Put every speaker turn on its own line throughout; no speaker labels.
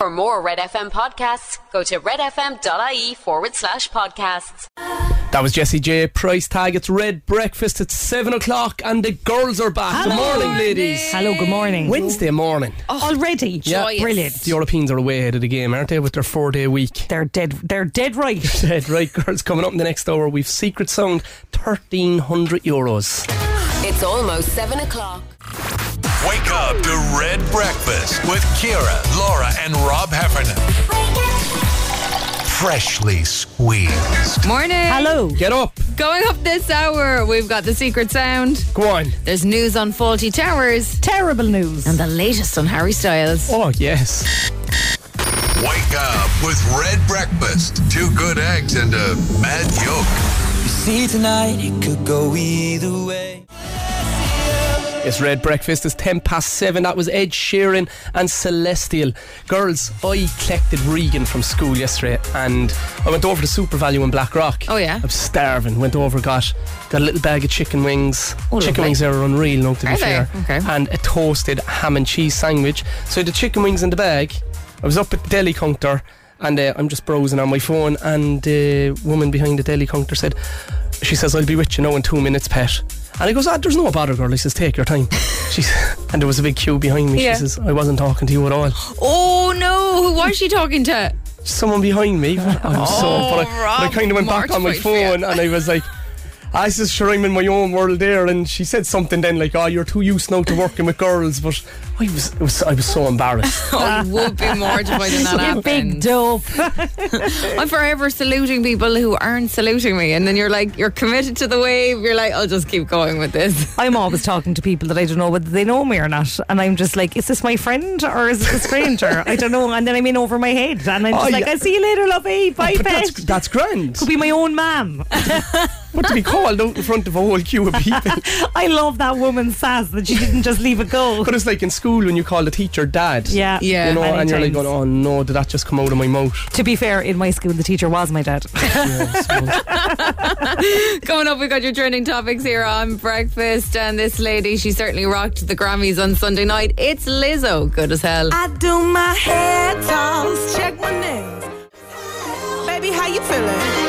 For more Red FM podcasts, go to redfm.ie forward slash podcasts.
That was Jesse J. Price Tag. It's Red Breakfast at 7 o'clock, and the girls are back. Good morning, ladies.
Hello, good morning. Oh,
Wednesday morning.
Already,
Yeah.
brilliant.
The Europeans are way ahead of the game, aren't they, with their four day week?
They're dead. They're dead right.
Dead right, girls. Coming up in the next hour, we've Secret Sound, 1,300 euros.
It's almost 7 o'clock.
Wake up to Red Breakfast with Kira, Laura, and Rob Heffernan. Freshly squeezed.
Morning.
Hello.
Get up.
Going up this hour, we've got the secret sound.
Go on.
There's news on faulty towers
Terrible news.
and the latest on Harry Styles.
Oh, yes.
Wake up with Red Breakfast. Two good eggs and a mad yolk.
See tonight, it could go either way.
It's Red Breakfast. It's 10 past 7. That was Ed Sheeran and Celestial. Girls, I collected Regan from school yesterday and I went over to Super Value in Black Rock.
Oh, yeah?
I'm starving. Went over, got got a little bag of chicken wings.
Oh,
chicken
lovely.
wings are unreal, no, to be
Are they? Mm.
fair.
Okay.
And a toasted ham and cheese sandwich. So the chicken wings in the bag. I was up at the deli counter and uh, I'm just browsing on my phone and the uh, woman behind the deli counter said, she says, I'll be with you now in two minutes, pet. And I goes, ah, there's no bother, girl. He says, take your time. She s- and there was a big queue behind me.
Yeah.
She says, I wasn't talking to you at all.
Oh no, who was she talking to?
Someone behind me. I'm oh, so, but I, but I
Rob,
kind of went back
March
on my
fight for you.
phone and I was like, "Ah, I was just sure I'm in my own world there. And she said something then like, oh, you're too used now to working with girls. But I was, it was, I was so embarrassed.
Oh, you would be mortified when that
You big
happened.
dope.
I'm forever saluting people who aren't saluting me, and then you're like, you're committed to the wave. You're like, I'll just keep going with this.
I'm always talking to people that I don't know whether they know me or not, and I'm just like, is this my friend or is it a stranger? I don't know. And then I'm in over my head, and I'm just
Oh,
like,
yeah. Oh,
I see you later, lovey. Bye,
but
pet.
that's, that's grand.
Could be my own ma'am.
But to be called out in front of a whole queue of people.
I love that woman's sass that she didn't just leave it go.
But it's like in school when you call the teacher dad.
Yeah.
Yeah.
You know,
many
and you're like,
times.
going, oh no, did that just come out of my mouth?
To be fair, in my school, the teacher was my dad.
Coming up, we've got your trending topics here on breakfast, and this lady, she certainly rocked the Grammys on Sunday night. It's Lizzo, good as hell.
I do my hair toss, check my nails. Baby, how you feeling?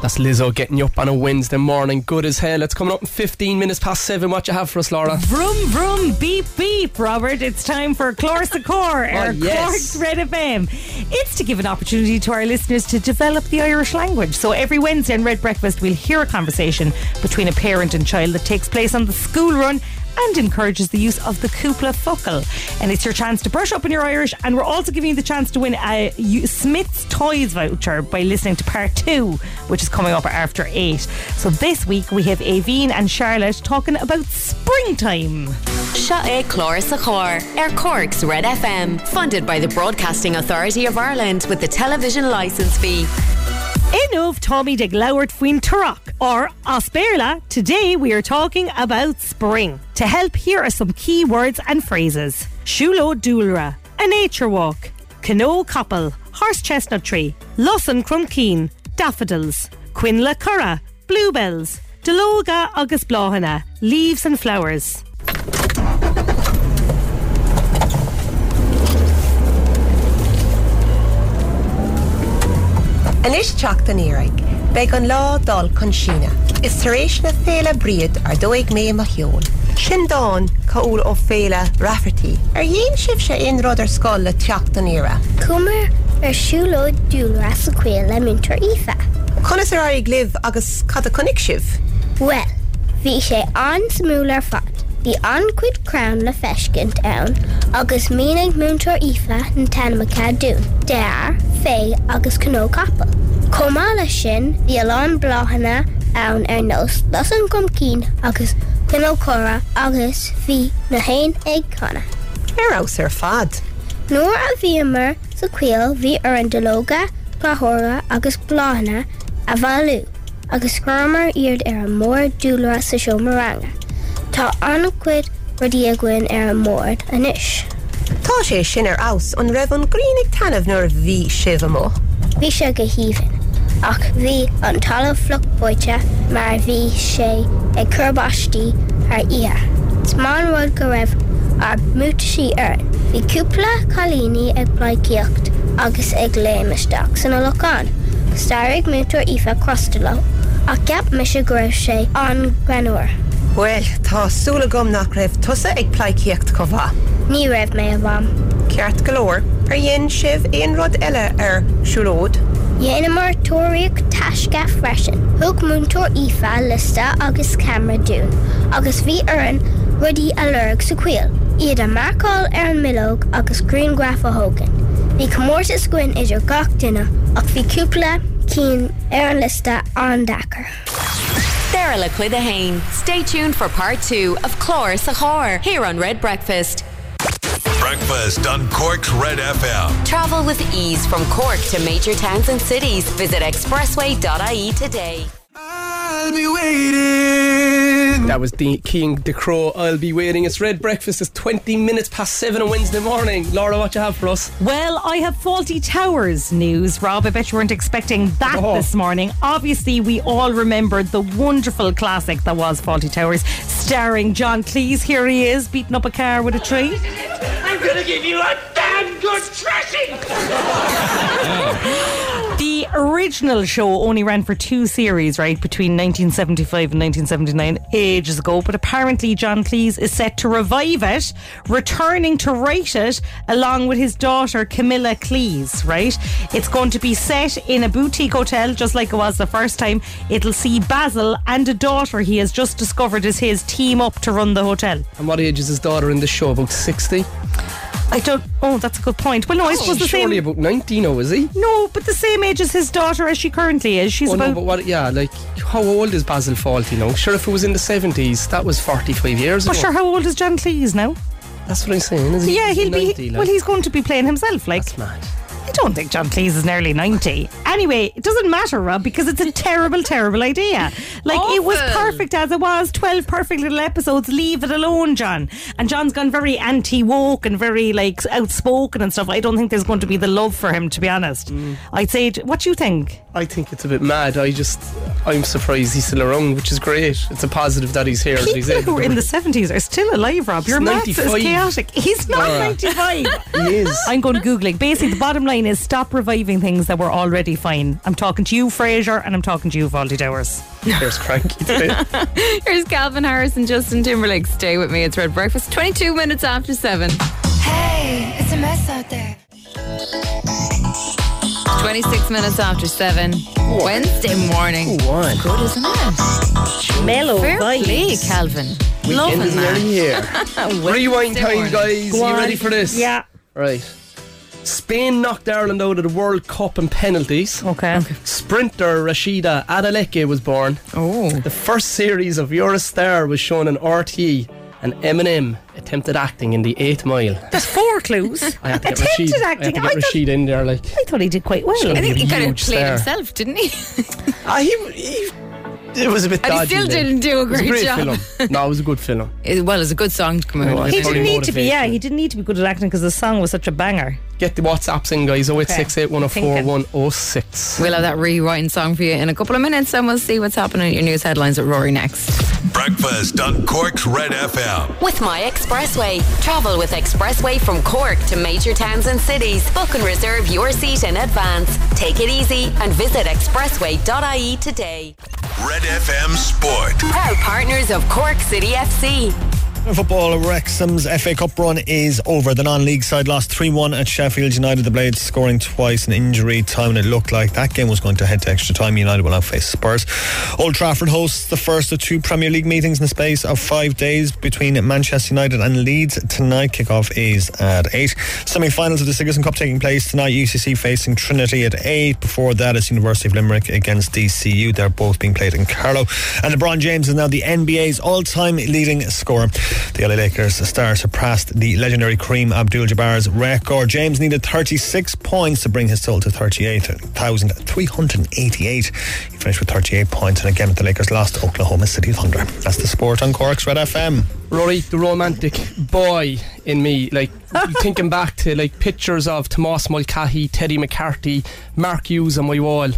That's Lizzo getting you up on a Wednesday morning, good as hell. It's coming up in 15 minutes past seven. What you have for us, Laura?
Vroom, vroom, beep, beep, Robert. It's time for Clorse the Core, our
yes.
Clark's Red FM. It's to give an opportunity to our listeners to develop the Irish language. So every Wednesday in Red Breakfast, we'll hear a conversation between a parent and child that takes place on the school run and encourages the use of the Kupla Focal. And it's your chance to brush up on your Irish, and we're also giving you the chance to win a U- Smith's Toys voucher by listening to part two, which is coming up after eight. So this week we have Aveen and Charlotte talking about springtime.
Sha'e Cloris Achor, Air Cork's Red FM, funded by the Broadcasting Authority of Ireland with the television license fee.
Inov Tommy de Glowert Fuin Turok or Asperla. Today we are talking about spring. To help, here are some key words and phrases. Shulo Dulra, a nature walk, canoe couple, horse chestnut tree, Lawson Crumkeen, daffodils, Quinla Curra, bluebells, Deloga August Blahana, leaves and flowers.
Anis teach an éireigh, be an lá dal chun sinna. Is taréis na féle briad ar dóigh mé a heol. Sin dáin caúil ó féle raffertí. Ar dhéon sibh sé inrád ar scáil le teach an éire.
Cúmer ar siúló dúra sa cuia le mintar ifa.
Conas ar ag libh agus cad a conic sibh.
Well, hí sé an smúlar fat. Bhí ancuid crown le feiscint ann, agus mínig múntar ifa na tanamachá dún, dear, fé agus canó cappa. Comála sin bhí aán blahanana ann ar nós las an gom cín agus canó chora agus bhí na hain ag conna.
Arás ar fad.
Nuair a bhíar sa cuiil bhí ar an delóga, plathóra agus plána a bhú, agus scramar iad ar an mór dúla sa seomaranga. Tá ancuid rudíaghain ar an mór anis.
Tá sé sin ar aus an raibh an grínig tanmh nuair bhí sibh mó.
Bhí se go híhann, ach bhí an talamh flocboite mar bhí sé agcurbatí ar ia. Tmánhil go raibh ar múta sí ar. Bhí cúpla cholíní ag blaicíocht agus ag léimiisteach san loán, Starig mútar ifa crostaló, a ceap me se goibh sé an granúir.
Well, tá súla gom nach raibh tusa ag plaiciíocht go bha.
Ní raibh mé a bhm.
Ceart golóir ar dhéon sibh aon rud eile ar siúlód,
Dhéanamar tóíoh taisce freisin, thug múntóir ifa lista agus camera dún, agus bhí an rudí a lereg sa cuiil. Iad a marcáil ar an milóg agus Greengraf a hogan. Bhí commór is gin idir gach duine ach bhí cúpla cín ar an lista an dachar.
Derelic with a Hain. Stay tuned for part two of Clore Sahar here on Red Breakfast.
Breakfast on Cork's Red FM.
Travel with ease from Cork to major towns and cities. Visit expressway.ie E today.
I'll be waiting.
That was the King the Crow. I'll be waiting. It's Red Breakfast. It's 20 minutes past seven on Wednesday morning. Laura, what you have for us?
Well, I have faulty towers news, Rob. I bet you weren't expecting that
Oh.
this morning. Obviously, we all remembered the wonderful classic that was Faulty Towers, starring John Cleese. Here he is, beating up a car with a tree.
I'm gonna give you a damn good thrashing!
The original show only ran for two series, right, between 1975 and 1979, ages ago. But apparently, John Cleese is set to revive it, returning to write it along with his daughter Camilla Cleese, right? It's going to be set in a boutique hotel, just like it was the first time. It'll see Basil and a daughter he has just discovered is his team up to run the hotel.
And what age is his daughter in the show? About 60?
I don't. Oh, that's a good point. Well, no, I suppose the
Surely
same.
about 19, oh, is he?
No, but the same age as his daughter as she currently is. She's
Oh
about.
no, but what? Yeah, like how old is Basil Fawlty now? Sure, if it was in the seventies, that was forty-five years
But
ago.
sure, how old is John Cleese now?
That's what I'm saying. Is he
Yeah, he'll
90,
be.
like?
Well, he's going to be playing himself. Like,
That's mad.
I don't think John Cleese is nearly ninety. Anyway, it doesn't matter, Rob, because it's a terrible, terrible idea. Like, it was
Awful.
perfect as it was. Twelve perfect little episodes. Leave it alone, John. And John's gone very anti-woke and very like outspoken and stuff. I don't think there's going to be the love for him, to be honest. I'd say. What do you think?
Mm. I think it's a bit mad. I just, I'm surprised he's still around, which is great. It's a positive that he's here. that he's
People who are in the seventies are still alive, Rob. Your maths is
95.
chaotic. He's not
Laura.
ninety-five.
He is.
I'm going googling. Basically, the bottom line is stop reviving things that were already fine. I'm talking to you, Fraser, and I'm talking to you, Valdi Towers.
There's cranky. today.
Here's Calvin Harris and Justin Timberlake. Stay with me. It's Red Breakfast, 22 minutes after 7.
Hey, it's a mess out there.
26 minutes after 7. Wednesday morning.
One.
Good, isn't it?
Mellow
Fair play, Calvin.
End
Loving
is
that.
nearly here. Rewind time, guys. You ready for this?
Yeah.
Right. Spain knocked Ireland out of the World Cup in penalties.
Okay.
Sprinter Rashida Adeleke was born.
Oh.
The first series of Eurostar was shown on RT, and Eminem attempted acting in the Eight Mile.
There's four clues.
I had to get
Attempted
Rashid. I had
acting.
to
I
get
thought-
Rashid in there. Like
I thought he did quite well.
I think he
Huge
kind of played
star.
himself, didn't he?
Ah, he, he, it was a bit.
And he
dodgy
still
then.
didn't do a
It was
great job.
Film. No, it was a good film.
It- well, it's a good song to come
No,
out.
I
with.
He
think-
didn't
Probably
need to be. Yeah,
motivation.
he didn't need to be good at acting because the song was such a banger.
Get the WhatsApps in, guys. 0868104106.
We'll have that rewind song for you in a couple of minutes, and we'll see what's happening at your news headlines at Rory next.
Breakfast on Cork's Red FM.
With My Expressway. Travel with Expressway from Cork to major towns and cities. Book and reserve your seat in advance. Take it easy and visit expressway.ie E today.
Red FM Sport.
Proud partners of Cork City FC.
Football Wrexham's FA Cup run is over. The non-league side lost 3-1 at Sheffield United. The Blades scoring twice in injury time, and it looked like that game was going to head to extra time. United will now face Spurs. Old Trafford hosts the first of two Premier League meetings in the space of five days between Manchester United and Leeds tonight. Kickoff is at eight. Semi-finals of the Sigerson Cup taking place tonight. UCC facing Trinity at eight. Before that, it's University of Limerick against DCU. They're both being played in Carlow. And LeBron James is now the NBA's all-time leading scorer. The LA Lakers star surpassed the legendary Kareem Abdul-Jabbar's record. James needed 36 points to bring his total to 38,388. He finished with 38 points, and again, the Lakers lost Oklahoma City Thunder. That's the sport on Cork's Red FM.
Rory, the romantic boy in me, like thinking back to like pictures of Tomas Mulcahy, Teddy McCarthy, Mark Hughes on my wall.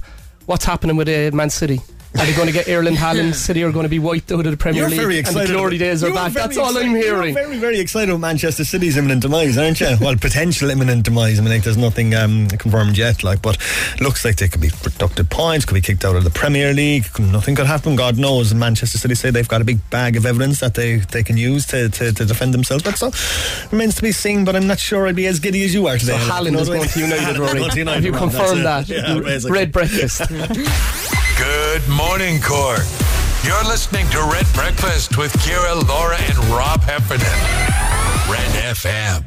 What's happening with uh, Man City? Are they going to get Ireland, Holland, City are going to be wiped out of the Premier
You're
League?
very
And
excited.
the glory days are
You're
back.
very
That's all I'm
excited.
hearing.
You're very, very excited about Manchester City's imminent demise, aren't you? well, potential imminent demise. I mean, like, there's nothing um, confirmed yet, like, but looks like they could be deducted points, could be kicked out of the Premier League. could- Nothing could happen, God knows. And Manchester City say they've got a big bag of evidence that they, they can use to, to, to defend themselves. But so remains to be seen. But I'm not sure I'd be as giddy as you are today.
So Haaland is going to United, Rory. Have you confirmed that? Red breakfast.
Good morning, Cork. You're listening to Red Breakfast with Kira, Laura, and Rob Heffernan. Red FM.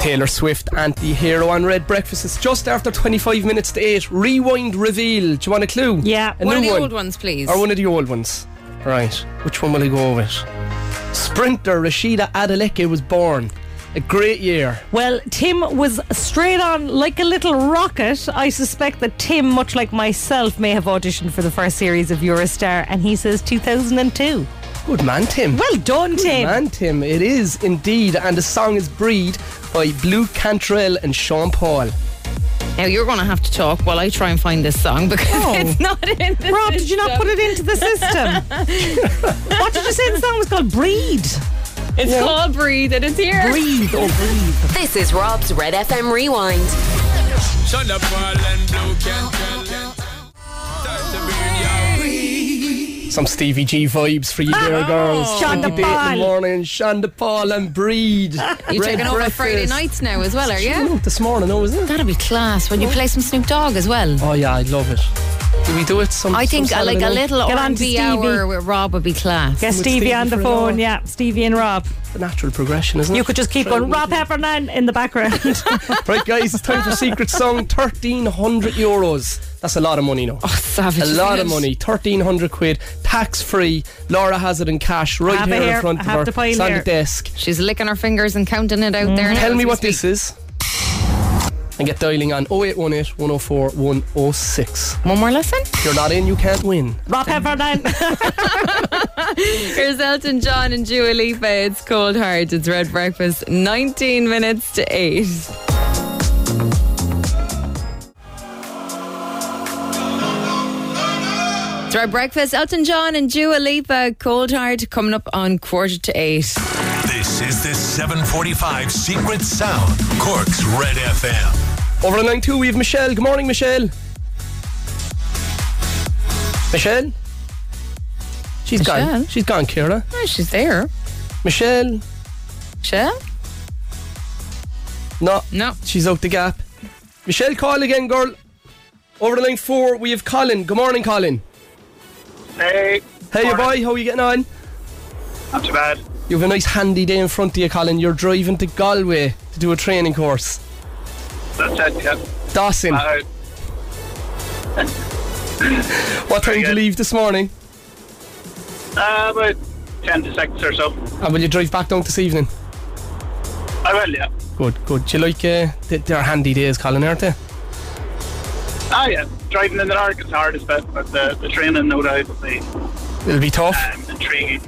Taylor Swift, anti hero on Red Breakfast. It's just after 25 minutes to 8. Rewind reveal. Do you want a clue? Yeah. A
one of
new
the
one.
old ones, please.
Or one of the old ones. Right. Which one will I go with? Sprinter Rashida Adeleke was born. A great year.
Well, Tim was straight on like a little rocket. I suspect that Tim, much like myself, may have auditioned for the first series of Eurostar, and he says 2002.
Good man, Tim.
Well done,
Good
Tim.
man, Tim. It is indeed. And the song is Breed by Blue Cantrell and Sean Paul.
Now you're going to have to talk while I try and find this song because
Oh.
it's not in the
Rob, did you not put it into the system? what did you say the song was called? Breed.
It's
Yeah.
called Breathe and it's here.
Breathe, oh
breathe. This is Rob's Red FM Rewind.
Shonda Paul and Blue Cantrell. Time to be
Some Stevie G vibes for you, dear girls.
Shonda
28 In
Paul.
the morning, Shonda Paul and Breed.
You're taking over Friday nights now as well, are you?
This morning, oh, isn't it?
That'll be class when you play some Snoop Dogg as well.
Oh yeah, I love it. Do we do it? Some,
I think
some
uh, like a
Saturday night?
little R&B hour with Rob would be class.
Get Stevie, on the phone, yeah. Stevie and Rob.
The natural progression, isn't it?
You could just keep
Friday
going, Rob Heffernan in the background.
right, guys, it's time for Secret Song. Thirteen hundred euros. That's a lot of money, no? Oh,
savage!
A lot
isn't
of
it?
money. Thirteen hundred quid, tax free. Laura has it in cash right
Have it
here,
here.
in front
I
of
have
her.
the pile
it's on
here.
the desk.
She's licking her fingers and counting it out there.
Mm-hmm.
Tell
now
me
as we
what
speak.
this is. And get dialing on 0818 104 106.
One more lesson?
If you're not in, you can't win.
Rob Heffernan.
Here's Elton John and Dua Lipa. It's Cold Heart. It's Red Breakfast. 19 minutes to 8. It's Red Breakfast. Elton John and Dua Lipa. Cold Heart coming up on quarter to 8.
This is the 745 Secret Sound, Cork's Red FM.
Over on line two, we have Michelle. Good morning, Michelle. Michelle? she's
Michelle?
gone. She's gone, Kira.
Oh, she's there.
Michelle?
Michelle?
No.
No.
She's out the gap. Michelle, call again, girl. Over on line four, we have Colin. Good morning, Colin.
Hey.
Hey, your boy. How are you getting on?
Not too bad.
You have a nice handy day in front of you, Colin. You're driving to Galway to do a training course.
That's it, yeah.
Dawson.
Uh,
What time do you leave this morning?
Uh, about 10 to 6 or so.
And will you drive back down this evening?
I will, yeah.
Good, good. Do you like uh, th- their handy days, Colin, aren't they?
Ah, yeah. Driving in the dark is hard as bit, but the, the training, no doubt, will be um,
It'll be tough.
intriguing.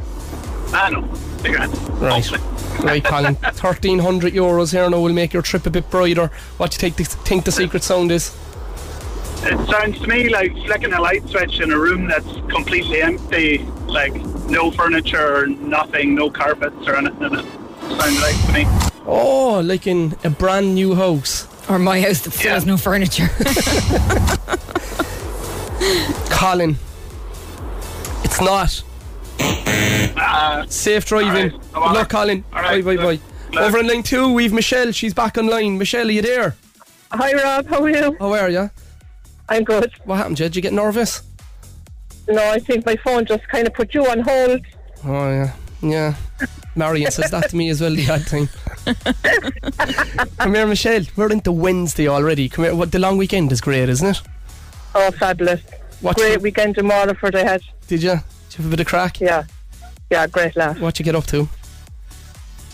I know. Be grand.
Right. Right, Colin. 1,300 euros here now will make your trip a bit brighter. What do you take the, think the secret sound is?
It sounds to me like flicking a light switch in a room that's completely empty, like no furniture, nothing, no carpets or anything. in It sounds like to me.
Oh, like in a brand new house.
Or my house that still has no furniture.
Colin. It's not. Safe driving. Good luck, Colin. bye, bye, bye. Over in line two, we've Michelle. She's back online. Michelle, are you there?
Hi, Rob. How are you?
How are you?
I'm good.
What happened, Jed? Did you get nervous?
No, I think my phone just kind of put you on hold.
Oh yeah, yeah. Marion says that to me as well the odd time. Come here, Michelle. We're into Wednesday already. Come here. What the long weekend is great, isn't it?
Oh, fabulous.
What
great
you-
weekend in Waterford I had.
Did you? Did you have a bit of crack?
Yeah. Yeah, great laugh.
What you get up to?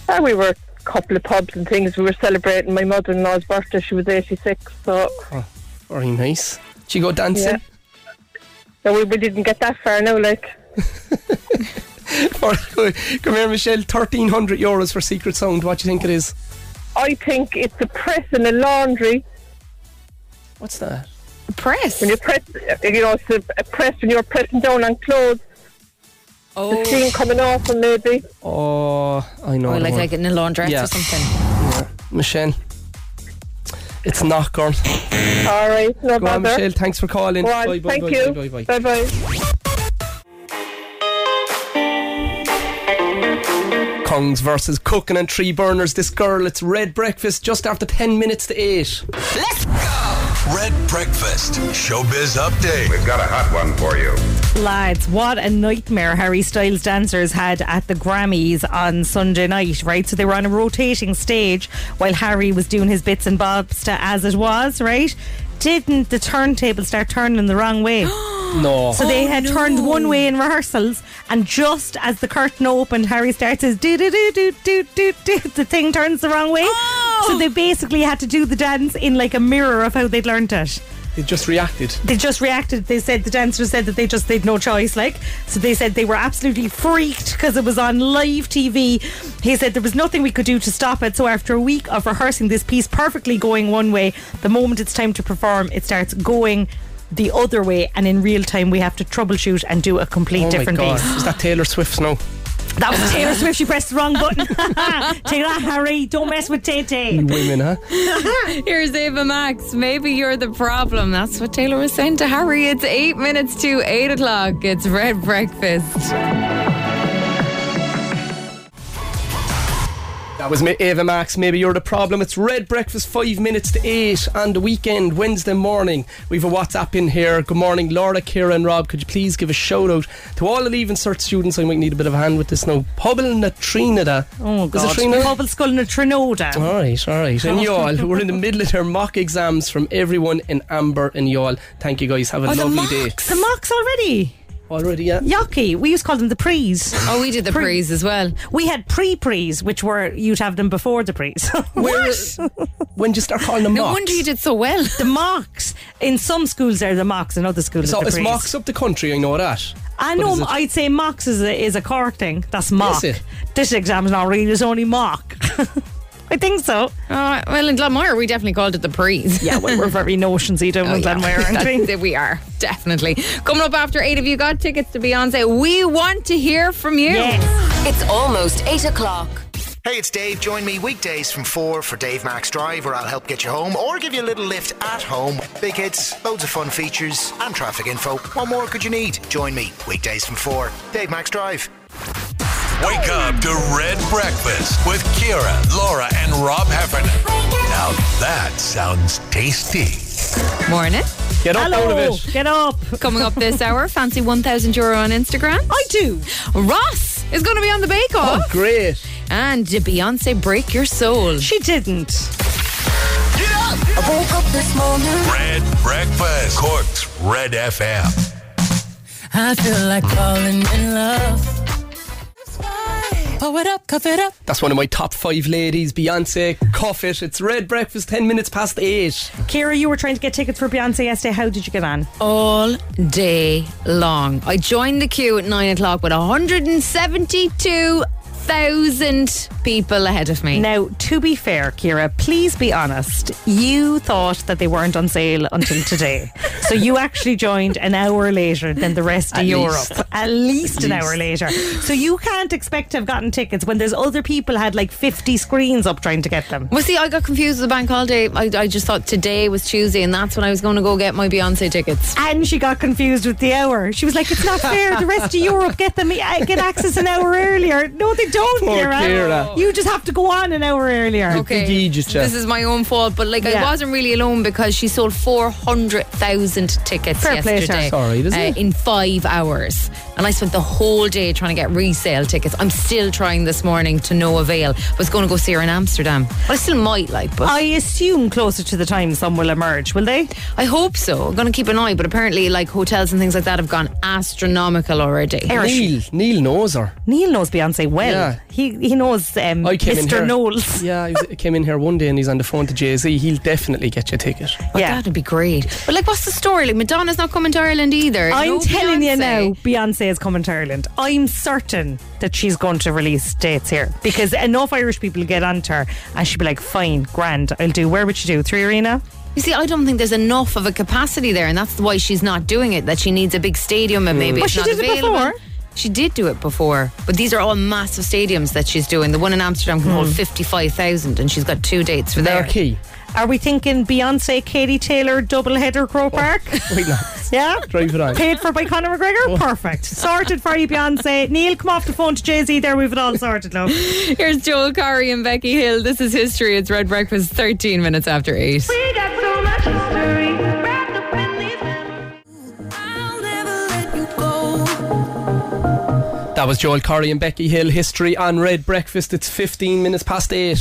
And we were a couple of pubs and things. We were celebrating my mother-in-law's birthday. She was 86, so...
Oh, very nice. Did you go dancing?
Yeah. No, we, we didn't get that far now, like...
All right, good. Come here, Michelle. Thirteen hundred euros for Secret Sound. What do you think it is?
I think it's a press in a laundry.
What's that?
A press. When you press, uh, you know, it's a, a press when you're pressing down on clothes. Oh. The steam coming off and maybe.
Oh, I know.
Or
the
like,
one.
like in a laundress
Yeah.
or something.
Michelle. It's not gone.
All right, no
Go on,
bother.
Michelle. Thanks for calling.
Go on,
Bye, bye,
thank
bye,
you.
bye, bye, bye.
bye.
Kongs versus Cooking and Tree Burners. This girl, it's red breakfast just after 10 minutes to 8.
Let's go! Red Breakfast, Showbiz Update. We've got a hot one for you.
Lads, what a nightmare Harry Styles dancers had at the Grammys on Sunday night, right? So they were on a rotating stage while Harry was doing his bits and bobs to as it was, right? Didn't the turntable start turning the wrong way?
Oh, No.
So they had turned one way in rehearsals, and just as the curtain opened, Harry starts his do do do do do do do. The thing turns the wrong way. So they basically had to do the dance in like a mirror of how they'd learned it
It just reacted.
they just reacted. They said the dancers said that they just they'd no choice, like so they said they were absolutely freaked because it was on live TV. He said there was nothing we could do to stop it. So after a week of rehearsing this piece perfectly going one way, the moment it's time to perform, it starts going the other way, and in real time we have to troubleshoot and do a complete
oh
different
my God.
piece.
Is that Taylor Swift's no?
That was Taylor Swift. She pressed the wrong button. Take that, Harry. Don't mess with Tay Tay.
Women, huh?
Here's Ava Max. Maybe you're the problem. That's what Taylor was saying to Harry. It's eight minutes to eight o'clock. It's Red Breakfast.
That was Ma- Ava Max. Maybe you're the problem. It's Red Breakfast, five minutes to eight on the weekend, Wednesday morning. We have a WhatsApp in here. Good morning, Laura, Kira, and Rob. Could you please give a shout out to all the Leaving Cert students? I might need a bit of a hand with this now. Hubble na Trinidad.
Oh
Is it
God!
Trinidad?
Hubble skull and a Trinoda.
All right, all right. And y'all, we're in the middle of our mock exams from everyone in Amber and y'all. Thank you guys. Have a
Oh, the
lovely day.
The mocks already.
Oh, Already, yeah.
Yucky. We used to call them the prees.
Oh, we did the prees as well.
We had pre-prees, which were you'd have them before the prees.
what? when just start calling them
no
mocks?
wonder you
did so well.
The mocks. In some schools they're the mocks, in other schools
So
they're the
it's
prees.
mocks up the country, I know that.
I
But
know.
is it-
I'd say mocks is a, is a Cork thing. That's mock.
it?
This exam's not real. It's only mock. I think so.
Uh, well, in Glenmire, we definitely called it the prees.
Yeah, well, we're very notionsy down in Glenmire, aren't we?
Oh, That's it, we are, definitely. Coming up after eight of you got tickets to Beyonce. We want to hear from you.
It's almost eight o'clock.
Hey, it's Dave. Join me weekdays from 4 for Dave Max Drive, where I'll help get you home or give you a little lift at home. Big hits, loads of fun features, and traffic info. What more could you need? Join me weekdays from 4. Dave Max Drive.
Wake up to Red Breakfast with Kira, Laura, and Rob Heffernan. Now that sounds tasty.
Morning.
Get
up Hello. out of it.
Get up.
Coming up this hour, fancy 1,000 euro on Instagram?
I do.
Ross is going to be on the bake off.
Oh, great.
And did Beyonce break your soul?
She didn't.
I woke up this morning. Red Breakfast, Cork's Red FM.
I feel like falling in love. Pull it up, cuff it up.
That's one of my top five ladies, Beyonce. Cough it. It's Red Breakfast, 10 minutes past eight.
Kira, you were trying to get tickets for Beyonce yesterday. How did you get on?
All day long. I joined the queue at nine o'clock with 172,000 people ahead of me.
Now, to be fair, Kira, please be honest. You thought that they weren't on sale until today. so you actually joined an hour later than the rest
At
of Europe.
least.
At least an
At
hour
least.
later. So you can't expect to have gotten tickets when there's other people had like 50 screens up trying to get them.
Well, see, I got confused with the bank holiday. I, I just thought today was Tuesday, and that's when I was going to go get my Beyonce tickets.
And she got confused with the hour. She was like, "It's not fair. The rest of Europe get them uh, get access an hour earlier." No, they don't,
Poor
Kira.
Ciara.
You just have to go on an hour earlier.
Okay, this is my own fault, but like
Yeah.
I wasn't really alone because she sold four hundred thousand tickets
Fair play to her.
yesterday uh,
Sorry, does it?
in five hours, and I spent the whole day trying to get resale tickets. I'm still trying this morning to no avail. I was going to go see her in Amsterdam. Well, I still might like, but
I assume closer to the time some will emerge, will they?
I hope so. I'm going to keep an eye, but apparently, like hotels and things like that have gone astronomical already.
Neil, Neil knows her.
Neil knows Beyonce well.
Yeah.
He he knows um,
I came in
Mr.
here-
Knowles.
Yeah, I was- I came in here one day and he's on the phone to Jay Z. He'll definitely get you a ticket.
yeah,
that'd be great. But like, what's the story? Like, Madonna's not coming to Ireland either.
I'm
No
telling you
Beyonce.
now, Beyonce is coming to Ireland, I'm certain that she's going to release dates here because enough Irish people get onto her and she'll be like, fine, grand, I'll do. Where would you do? Three Arena?
You see, I don't think there's enough of a capacity there, and that's why she's not doing it. That she needs a big stadium, and
Mm.
maybe
Well,
it's
she
not
did it
available.
before.
She did do it before, but these are all massive stadiums that she's doing. The one in Amsterdam can hold
Mm.
fifty-five thousand, and she's got two dates for there.
key.
Are we thinking Beyonce, Katie Taylor, double header Crow Park?
Oh, Wait, no.
Yeah?
Drive it Oh. on.
Paid for by Conor McGregor? Perfect. Sorted for you, Beyonce. Neil, come off the phone to Jay Z there. We've it all sorted, love.
Here's Joel Curry and Becky Hill. This is history. It's Red Breakfast, thirteen minutes after eight.
That was Joel Curry and Becky Hill. History on Red Breakfast. It's 15 minutes past eight.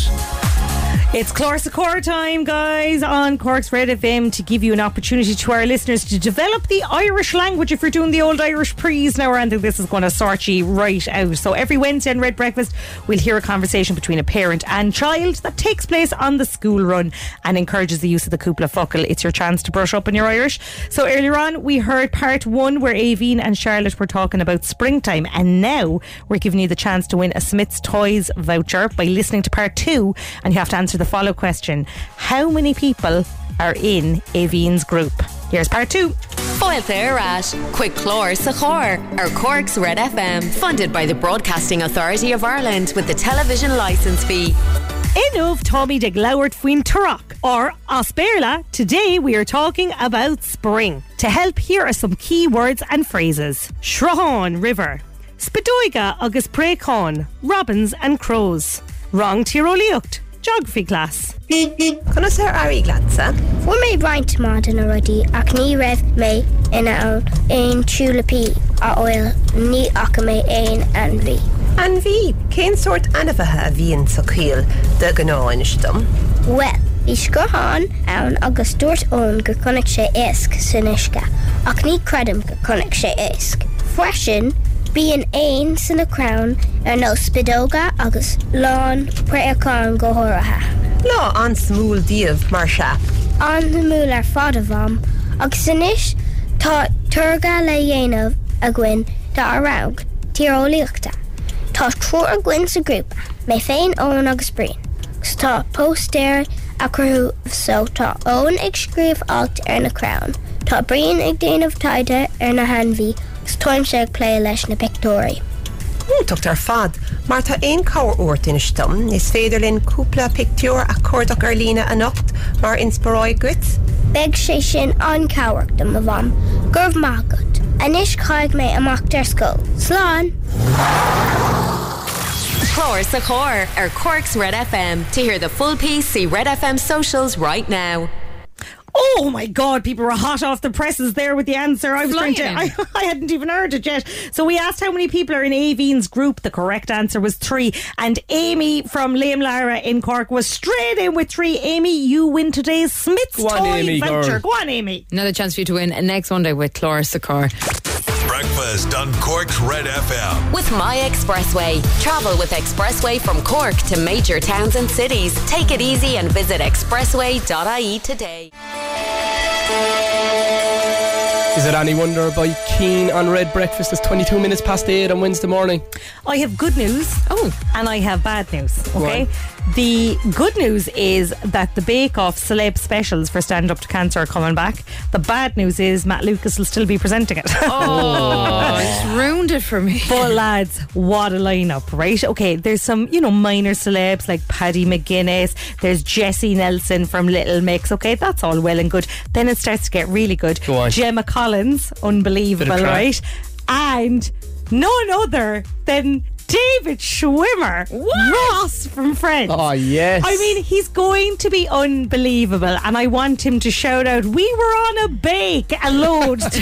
It's Clorsacore time, guys, on Cork's Red FM to give you an opportunity to our listeners to develop the Irish language if you're doing the old Irish prees now or anything. This is going to sort you right out. So every Wednesday in Red Breakfast, we'll hear a conversation between a parent and child that takes place on the school run and encourages the use of the cupola focal. It's your chance to brush up on your Irish. So earlier on, we heard part one where Aveen and Charlotte were talking about springtime, and now we're giving you the chance to win a Smith's Toys voucher by listening to part two, and you have to answer the follow question: How many people are in Aveen's group? Here's part two.
Foil Therash, Quick Chlor Sachor, or Cork's Red FM, funded by the Broadcasting Authority of Ireland with the television license fee.
Enough, Tommy de Glowert Fuin Turok or Asperla. Today we are talking about spring. To help, here are some key words and phrases Shrahan River, Spadoiga agus Precon, Robins and Crows, Wrong Tiroliucht, Geography class.
Connoisseur Ari Glatza. Fwy mae braint mad yn orydi ac ni ref mei yn awr ein tiwlipi a oil ni ac mei ein yn fi.
An bhí cén sort anafathe a bhíonn sa chuil de gnáinstom.
Wel, fi sgohan awn agos dwrt o'n gyconig se esg sy'n eisga, ac ni credym gyconig se esg. Freshen, bi yn ein sy'n y crawn er no spidoga agos lon preacon gohoraha.
Lá an smúl díobh mar se.
An hymwyl ar ffod o fam, ac sy'n eis ta tyrga le ienaf a gwyn da arawg, tir o liwchta. Ta trwy'r gwyn sy'n grŵp, mae ffein o'n agos brin. Tá póster a cruú so tá ón ag scríomh alt ar na crown. Tá brion ag déanamh taide ar na hanhí gus toim se ag lé leis na pictóí.
Múntacht ar fad, mar tá aon cáir uirt in stom, is féidir linn cúpla pictiúr a cuardach ar lína a nocht mar inspiráid gut.
Beg sé sin ancáhacht am a bham, gurbh mágat, anis caiig mé amachtar scóil. Sláán,
Chlor Sachor, or Cork's Red FM. To hear the full piece, see Red FM socials right now.
Oh my God, people were hot off the presses there with the answer. I was
Flying.
trying to, I, I hadn't even heard it yet. So we asked how many people are in Aveen's group. The correct answer was three. And Amy from Liam Lara in Cork was straight in with three. Amy, you win today's Smith's
Go on,
Toy
Amy,
Venture.
girl.
Go on, Amy.
Another chance for you to win next Monday with Clara Sakar.
Breakfast on Cork's Red FM.
With My Expressway, travel with Expressway from Cork to major towns and cities. Take it easy and visit expressway.ie E today.
Is it any wonder by Keen on Red Breakfast? It's 22 minutes past eight on Wednesday morning.
I have good news.
Oh.
And I have bad news.
Go
Okay.
on.
The good news is that the Bake Off celeb specials for Stand Up to Cancer are coming back. The bad news is Matt Lucas will still be presenting it.
Oh, it's ruined it for me.
But lads, what a lineup, right? Okay, there's some, you know, minor celebs like Paddy McGuinness, there's Jesse Nelson from Little Mix. Okay, that's all well and good. Then it starts to get really good.
Go on.
Gemma Collins, unbelievable,
Bit of crack.
right? And none other than David Schwimmer, Ross from Friends.
Oh, yes.
I mean, he's going to be unbelievable, and I want him to shout out, "We were on a bake a load," just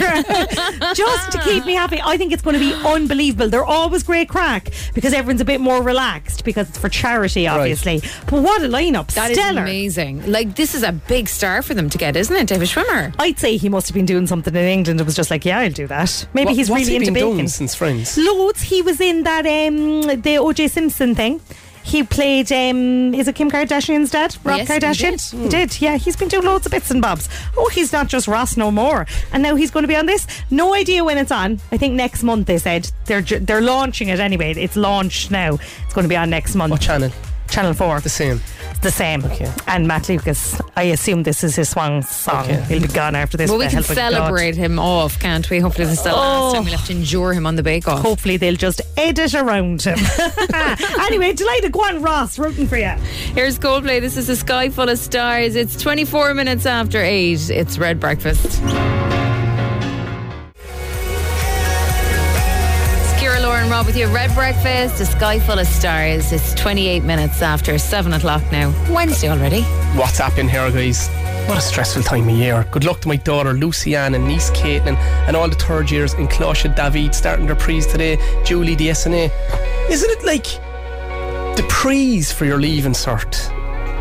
to keep me happy. I think it's going to be unbelievable. They're always great crack because everyone's a bit more relaxed because it's for charity, obviously. But what a lineup!
That is
Stellar.
amazing. Like this is a big star for them to get, isn't it, David Schwimmer?
I'd say he must have been doing something in England. It was just like, yeah, I'll do that. Maybe
What-
he's
what's
really
he
into
been
baking.
doing since Friends?
Loads. He was in that um the OJ Simpson thing. He played, um, is it Kim Kardashian's dad? Rob
Yes, he
Kardashian?
did. Hmm.
He did, yeah. He's been doing loads of bits and bobs. Oh, he's not just Ross no more. And now he's going to be on this. No idea when it's on. I think next month, they said. They're, ju- they're launching it anyway. It's launched now. It's going to be on next month. What
channel?
Channel 4. The
same.
The same. Okay. And Matt Lucas, I assume this is his swan song.
Okay.
He'll be gone after this.
Well,
with
we
the
can
help of God. Oh.
celebrate him off, can't we? Hopefully, this is the last time we'll have to endure him on the bake off.
Hopefully, they'll just edit around him. anyway, delighted. Go on, Ross, rooting for you.
Here's Coldplay. This is a sky full of stars. It's 24 minutes after 8. It's Red Breakfast. It's Ciara, Laura and Rob with you. Red Breakfast, a sky full of stars. It's 28 minutes after 7 o'clock now. Wednesday already.
What's happening here, guys? What a stressful time of year. Good luck to my daughter Lucianne and niece Caitlin and all the third years in Closha David starting their prees today. Julie, the SNA. Isn't it like the prees for your leaving cert?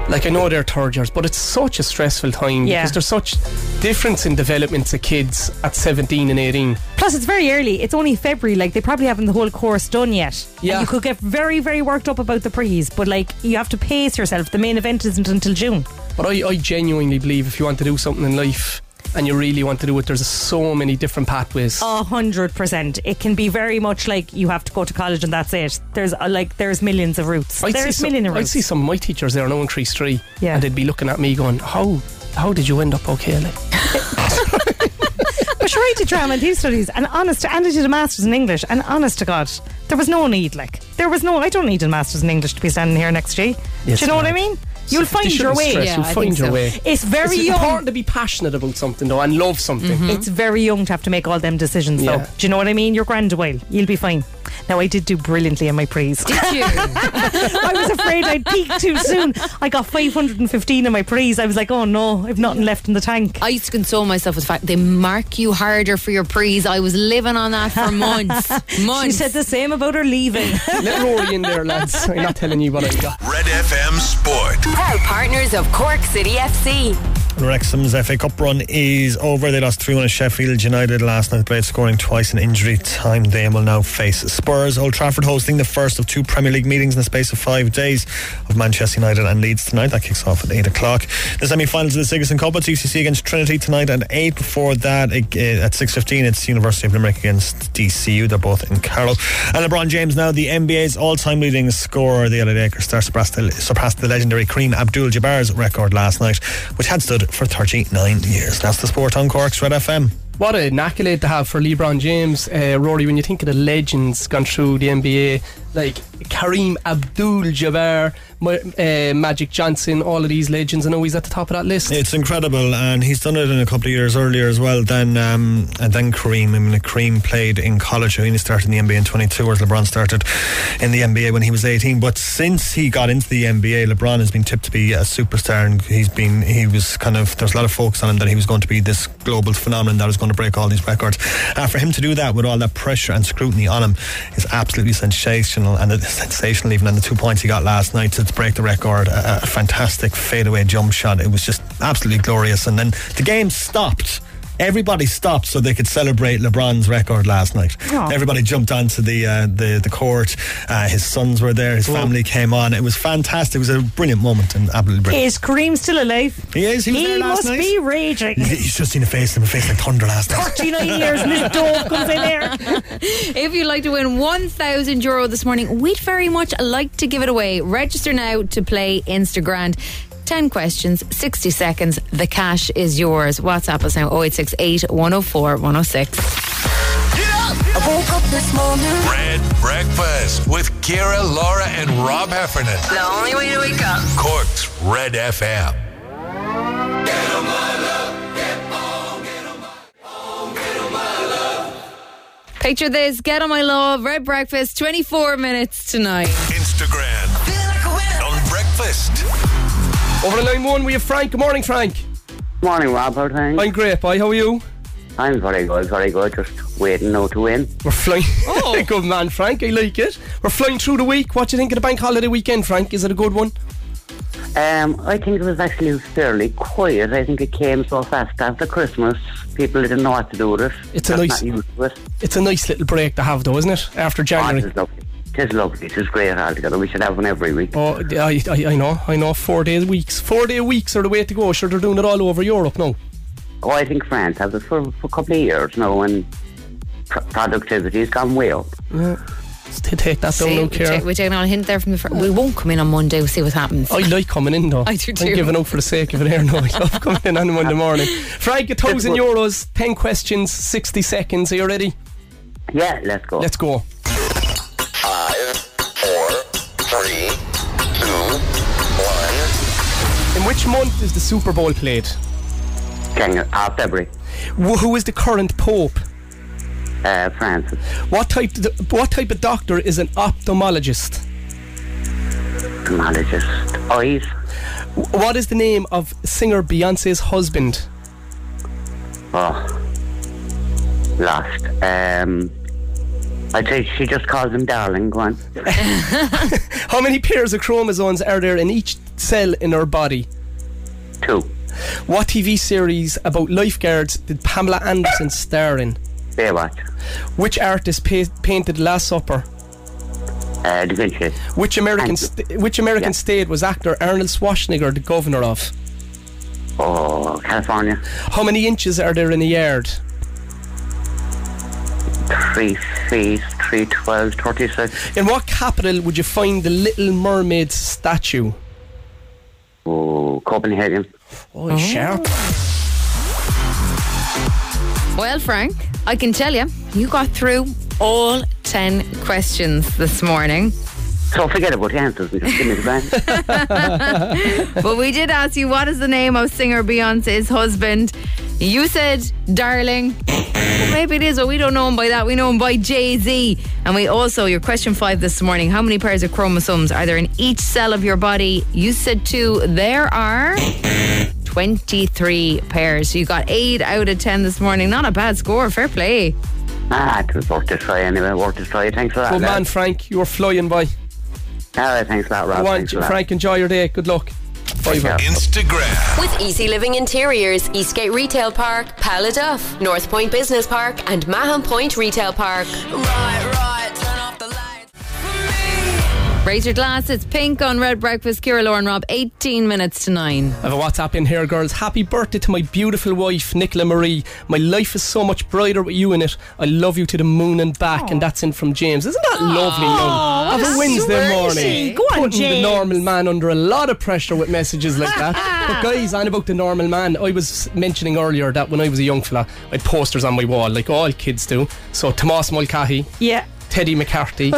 Like I know they're third years, but it's such a stressful time
Yeah.
because there's such difference in developments of kids at 17 and 18.
Plus, it's very early. It's only February. Like, they probably haven't the whole course done yet. Yeah. And you could get very, very worked up about the prees, but, like, you have to pace yourself. The main event isn't until June.
But I, I genuinely believe if you want to do something in life and you really want to do it, there's so many different pathways.
A hundred percent. It can be very much like you have to go to college and that's it. There's uh, like there's millions of routes. there's
see
million
some,
of
I'd
routes.
see some of my teachers there on Owen Crease 3
Yeah.
and they'd be looking at me going, how how did you end up okay? Like,
But sure, I did drama and theatre studies, and honest, and I did a master's in English, and honest to God, there was no need. Like, there was no, I don't need a master's in English to be standing here next to you.
Yes,
Do you know what I
ma'am.
mean? You'll
They
find your
shouldn't
way.
stress, you'll find your way.
It's very
it's
young.
important to be passionate about something though and love something.
Mm-hmm.
It's very young to have to make all them decisions, though.
Yeah.
Do you know what I mean? You're grand a while. You'll be fine. Now, I did do brilliantly in my praise.
Did you?
I was afraid I'd peak too soon. I got 515 in my praise. I was like, oh no, I've nothing left in the tank.
I used to console myself with the fact they mark you harder for your prees. I was living on that for months. months. She said
the same about her leaving.
Let Rory in there, lads. I'm not telling you what I got.
Red FM Sport.
Proud partners of Cork City FC.
And Wrexham's FA Cup run is over. They lost 3 1 at Sheffield United last night, played scoring twice in injury time. They will now face Spurs. Old Trafford hosting the first of two Premier League meetings in the space of five days of Manchester United and Leeds tonight. That kicks off at 8 o'clock. The semi finals of the Sigerson Cup, it's UCC against Trinity tonight at 8. Before that, it, eh, at 6.15, it's University of Limerick against DCU. They're both in Carlow. And LeBron James now the NBA's all time leading scorer. The LA Lakers star surpassed the, surpassed the legendary Kareem Abdul Jabbar's record last night, which had stood for 39 years. That's the sport on Cork's Red FM.
What an accolade to have for LeBron James. Uh, Rory, when you think of the legends gone through the NBA, like Kareem Abdul Jabbar, uh, Magic Johnson, all of these legends, I know he's at the top of that list.
It's incredible, and he's done it in a couple of years earlier as well. Then, um, and then Kareem. I mean, Kareem played in college. I mean, he started in the NBA in 22, whereas LeBron started in the NBA when he was 18. But since he got into the NBA, LeBron has been tipped to be a superstar, and he's been he was kind of there's a lot of focus on him that he was going to be this global phenomenon that was going to break all these records. Uh, for him to do that with all that pressure and scrutiny on him is absolutely sensational, and it's sensational even. And the two points he got last night to break the record, a, a fantastic fadeaway jump shot. It was just absolutely glorious. And then the game stopped. Everybody stopped so they could celebrate LeBron's record last night.
Aw.
Everybody jumped onto the uh, the, the court. Uh, his sons were there. His family came on. It was fantastic. It was a brilliant moment and absolutely brilliant.
Is Kareem still alive?
He is. He was there last
must
night.
be raging.
He's he's just seen a face in a face like thunder last night.
39 years and this dog comes in there.
If you'd like to win 1,000 euro this morning, we'd very much like to give it away. Register now to play Instagram. 10 questions, 60 seconds. The cash is yours. WhatsApp us now 0868 104 106.
I woke up this morning. Red Breakfast with Kira, Laura, and Rob Heffernan.
The only way to wake up.
Cork's Red FM.
Picture this Get on my love, Red Breakfast, 24 minutes tonight.
Instagram. On Breakfast.
Over to line one, we have Frank. Good morning, Frank.
Morning, Rob. How are you?
I'm great, boy. How are you?
I'm very good, very good. Just waiting now to win.
We're flying. Oh. good man, Frank. I like it. We're flying through the week. What do you think of the bank holiday weekend, Frank? Is it a good one?
Um, I think it was actually fairly quiet. I think it came so fast after Christmas. People didn't know what to do with it.
It's a
Just
nice-
Not used to it. Oh,
It's a nice little break to have, though, isn't it? After January.
It was lovely. Tis lovely. Tis great altogether. We should have one every week.
Oh, I, I, I know, I know. Four day weeks, four day weeks are the way to go. Sure, they're doing it all over Europe now.
Oh, I think France has it for, for a couple of years now, and pr- productivity has gone way up.
Yeah. To take that down,
See,
no
we're,
care.
ta- we're taking on a hint there from the fr- We won't come in on Monday. We'll see what happens.
I like coming in though.
I do too.
I'm giving up for the sake of it here now. I love coming in on Monday morning. Frank, a thousand euros, 10 questions, 60 seconds. Are you ready?
Yeah, let's go.
Let's go.
Five, four, three, two,
In which month is the Super Bowl played?
Can you, uh, February,
Wh- Who is the current Pope?
uh, France,
What type, what type of doctor is an ophthalmologist?
ophthalmologist, eyes,
Wh- What is the name of singer Beyonce's husband?
oh, lost. Um, I think she just calls him darling. Go on.
How many pairs of chromosomes are there in each cell in our body?
Two.
What TV series about lifeguards did Pamela Anderson star in?
Baywatch,
Which artist pa- painted Last Supper?
uh, Da Vinci,
Which American
Thank
st- which American state was actor Arnold Schwarzenegger the governor of?
oh, California,
How many inches are there in a yard?
three feet, three twelve, thirty-six.
In what capital would you find the Little Mermaid statue?
Oh, Copenhagen.
Oh, oh. sharp.
Well, Frank, I can tell you, you got through all 10 questions this morning.
So forget about the answers. and Just give me the band.
but we did ask you, what is the name of singer Beyonce's husband? You said, darling. Maybe it is, but we don't know him by that. We know him by Jay Z. And we also, your question five this morning how many pairs of chromosomes are there in each cell of your body? You said two. There are 23 pairs. So you got eight out of 10 this morning. Not a bad score. Fair play.
ah, it was worth a try anyway. Worth a try. Thanks for that.
Good man,
lad.
Frank. You're flying by.
All right, thanks a lot, Rob.
Go on,
Thanks a lot.
Frank. Enjoy your day. Good luck. Bye, bye.
Instagram.
With Easy Living Interiors, Eastgate Retail Park, Paladuff, North Point Business Park, and Mahon Point Retail Park.
Raise your glass. It's pink on Red Breakfast. Kira, Lauren, Rob, 18 minutes to nine.
I have a WhatsApp in here, girls. Happy birthday to my beautiful wife, Nicola Marie. My life is so much brighter with you in it. I love you to the moon and back. And that's in from James. Isn't that lovely?
Aw,
now?
what
Of
a
a Wednesday
sweetie.
morning.
Go on,
Putting
James.
the normal man under a lot of pressure with messages like that. but guys, on about the normal man, I was mentioning earlier that when I was a young fella, I had posters on my wall, like all kids do. So Tomas Mulcahy,
Yeah.
Teddy McCarthy,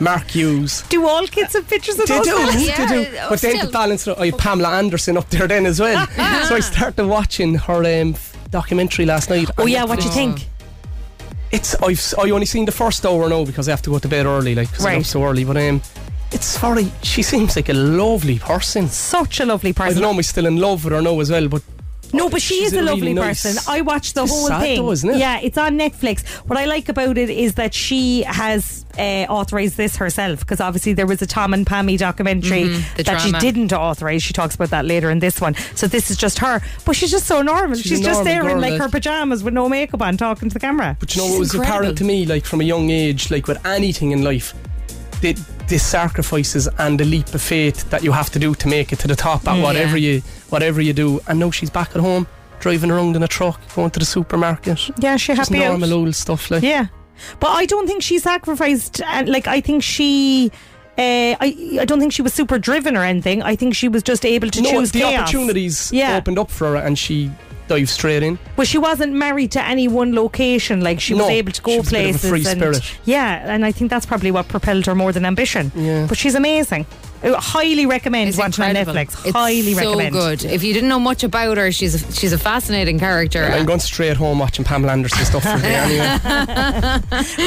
Mark Hughes,
Do all kids have pictures of
they
those
do,
guys?
they do. But then to balance it, I had Pamela Anderson up there then as well. so I started watching her um, f- documentary last night.
Oh,
on
yeah, what do you
Netflix.
think?
It's I've s- I only seen the first hour now because I have to go to bed early, like 'cause I'm
Right.
up so early. But um, it's very. She seems like a lovely person.
Such a lovely
I
person.
don't know. We're still in love with her now as well, but
No, but she is
She's
a,
a really
lovely
nice-
person. I watched the
She's
whole
sad
thing.
though, isn't it?
Yeah, it's on Netflix. What I like about it is that she has uh, authorized this herself because obviously there was a Tom and Pammy documentary
Mhm, the
that
drama.
she didn't authorize. She talks about that later in this one. So this is just her, but she's just so normal. She's,
She's a
just
normal
there in
girl,
like
like-
her pajamas with no makeup on, talking to the camera.
But you know, it was apparent to me, like from a young age, like with anything in life, the, the sacrifices and the leap of faith that you have to do to make it to the top at
Mm,
whatever
yeah.
you whatever you do. And now she's back at home, driving around in a truck, going to the supermarket.
Yeah, she
Just
happy out.
normal old stuff like.
Yeah, but I don't think she sacrificed. And like, I think she. Uh, I I don't think she was super driven or anything. I think she was just able to
no,
choose
the
chaos.
opportunities
Yeah.
opened up for her, and she dived straight in.
Well, she wasn't married to any one location. Like she was
No,
able to go
she was a bit of a
places.
free
and,
spirit.
Yeah, and I think that's probably what propelled her more than ambition. Yeah. But she's amazing. I highly recommend watching
Incredible.
on Netflix.
It's
highly
so
recommend.
good. If you didn't know much about her, she's a, she's a fascinating character.
And I'm going straight home watching Pamela Anderson stuff for day anyway.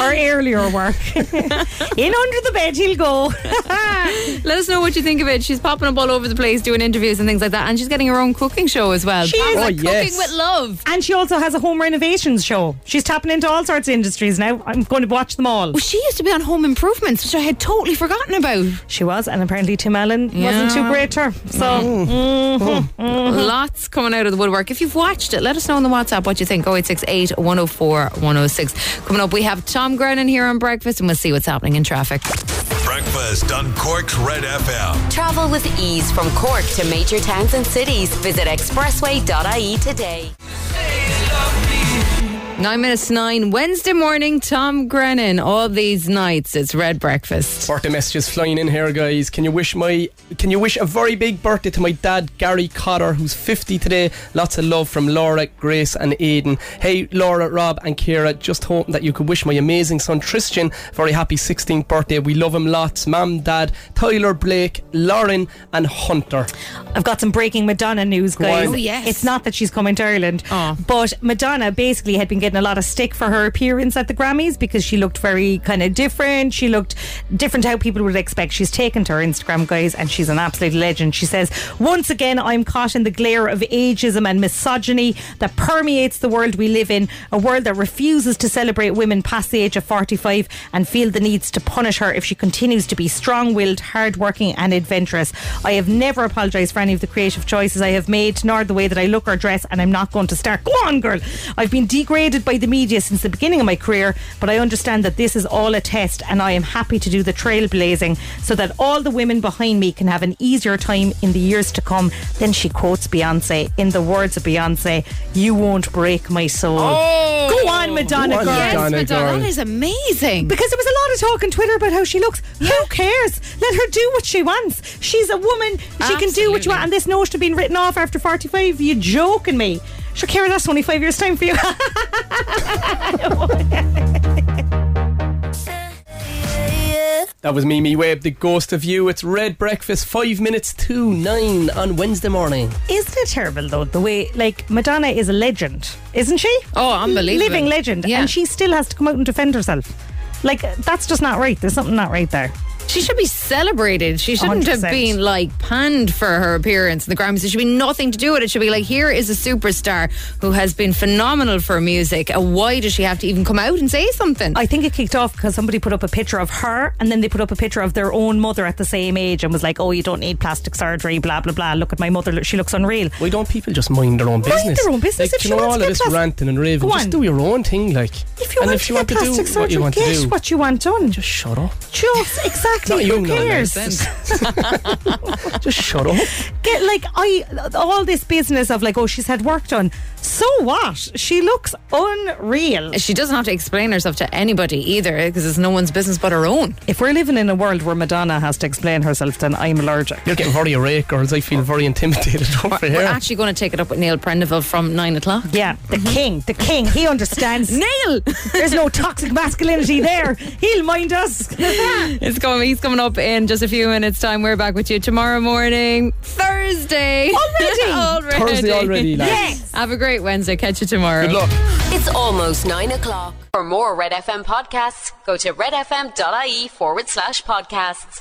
Her earlier work. In under the bed, he'll go.
Let us know what you think of it. She's popping up all over the place doing interviews and things like that, and she's getting her own cooking show as well. Oh,
She is
Pamela cooking with love,
and she also has a home renovations show. She's tapping into all sorts of industries now. I'm going to watch them all.
Well, she used to be on Home Improvements, which I had totally forgotten about.
She was, and apparently apparently Tim Allen wasn't too
Yeah.
great her. So
Mm.
mhm,
Oh.
mhm.
Mm-hmm. Lots coming out of the woodwork. If you've watched it, let us know on the WhatsApp what you think. 0868 104 106. Coming up, we have Tom Grennan here on Breakfast, and we'll see what's happening in traffic.
Breakfast on Cork's Red FM.
Travel with ease from Cork to major towns and cities. Visit expressway.ie E today.
Nine minutes to nine, Wednesday morning, Tom Grennan. All these nights, it's Red Breakfast.
Birthday messages flying in here, guys. Can you wish my can you wish a very big birthday to my dad, Gary Cotter, who's 50 today? Lots of love from Laura, Grace, and Aiden. Hey, Laura, Rob, and Kira, just hoping that you could wish my amazing son Tristan a very happy 16th birthday. We love him lots. Mum, Dad, Tyler, Blake, Lauren, and Hunter.
I've got some breaking Madonna news,
Go
guys.
on. Oh, yes. Oh.
It's not that she's coming to Ireland, but Madonna basically had been getting a lot of stick for her appearance at the Grammys because she looked very kind of different. She looked different how people would expect. She's taken to her Instagram, guys, and she's an absolute legend. She says, Once again, I'm caught in the glare of ageism and misogyny that permeates the world we live in, a world that refuses to celebrate women past the age of 45 and feel the needs to punish her if she continues to be strong willed, hard working, and adventurous. I have never apologised for any of the creative choices I have made, nor the way that I look or dress, and I'm not going to start. Go on, girl! I've been degraded by the media since the beginning of my career, but I understand that this is all a test, and I am happy to do the trailblazing so that all the women behind me can have an easier time in the years to come. Then she quotes Beyonce in the words of Beyonce, You won't break my soul. Oh. Go on, Madonna, girl.
That is amazing.
Because there was a lot of talk on Twitter about how she looks. Who cares? Let her do what she wants. She's a woman. She can do what you want. And this notion of being written off after 45, you joking me. Sure, Kira, that's only five years' time for you.
That was Mimi Webb, the ghost of you. It's Red Breakfast, five minutes to nine on Wednesday morning.
Isn't it terrible, though, the way, like, Madonna is a legend, isn't she?
Oh, unbelievable.
Living legend.
Yeah.
And she still has to come out and defend herself. Like, that's just not right. There's something not right there.
She should be celebrated. She shouldn't have
100%.
been like panned for her appearance in the Grammys. There should be nothing to do with it. It should be like, here is a superstar who has been phenomenal for music. And why does she have to even come out and say something?
I think it kicked off because somebody put up a picture of her and then they put up a picture of their own mother at the same age and was like, oh, you don't need plastic surgery, blah, blah, blah. Look at my mother. Look, she looks unreal.
Why don't people just mind their own
Mind their
business?
own business.
Like,
If
you
she
know
wants to
all
get
of this
plas-
ranting and raving.
Go
Just
on.
do your own thing, like.
If you
and
want
if
to
you
get
want to do
plastic
what
surgery,
you want to
get
do,
what you want done.
just shut up.
Just
Not
exactly.
you,
Who
no,
cares?
Just shut up.
Get like I all this business of like, oh, she's had work done. So what? She looks unreal.
She doesn't have to explain herself to anybody either because it's no one's business but her own.
If we're living in a world where Madonna has to explain herself, then I'm allergic.
You're getting very irate, girls. I feel very intimidated over
We're
here.
actually going to take it up with Neil Prendeville from nine o'clock.
Yeah, the king, the king. He understands.
Neil!
There's no toxic masculinity there. He'll mind us.
It's coming. He's coming up in just a few minutes' time. We're back with you tomorrow morning, Thursday.
Already?
already.
Thursday already, lads.
Yes. Have a great Wednesday. Catch you tomorrow.
Good luck. It's almost nine o'clock. For more Red FM podcasts, go to redfm.ie forward E slash podcasts.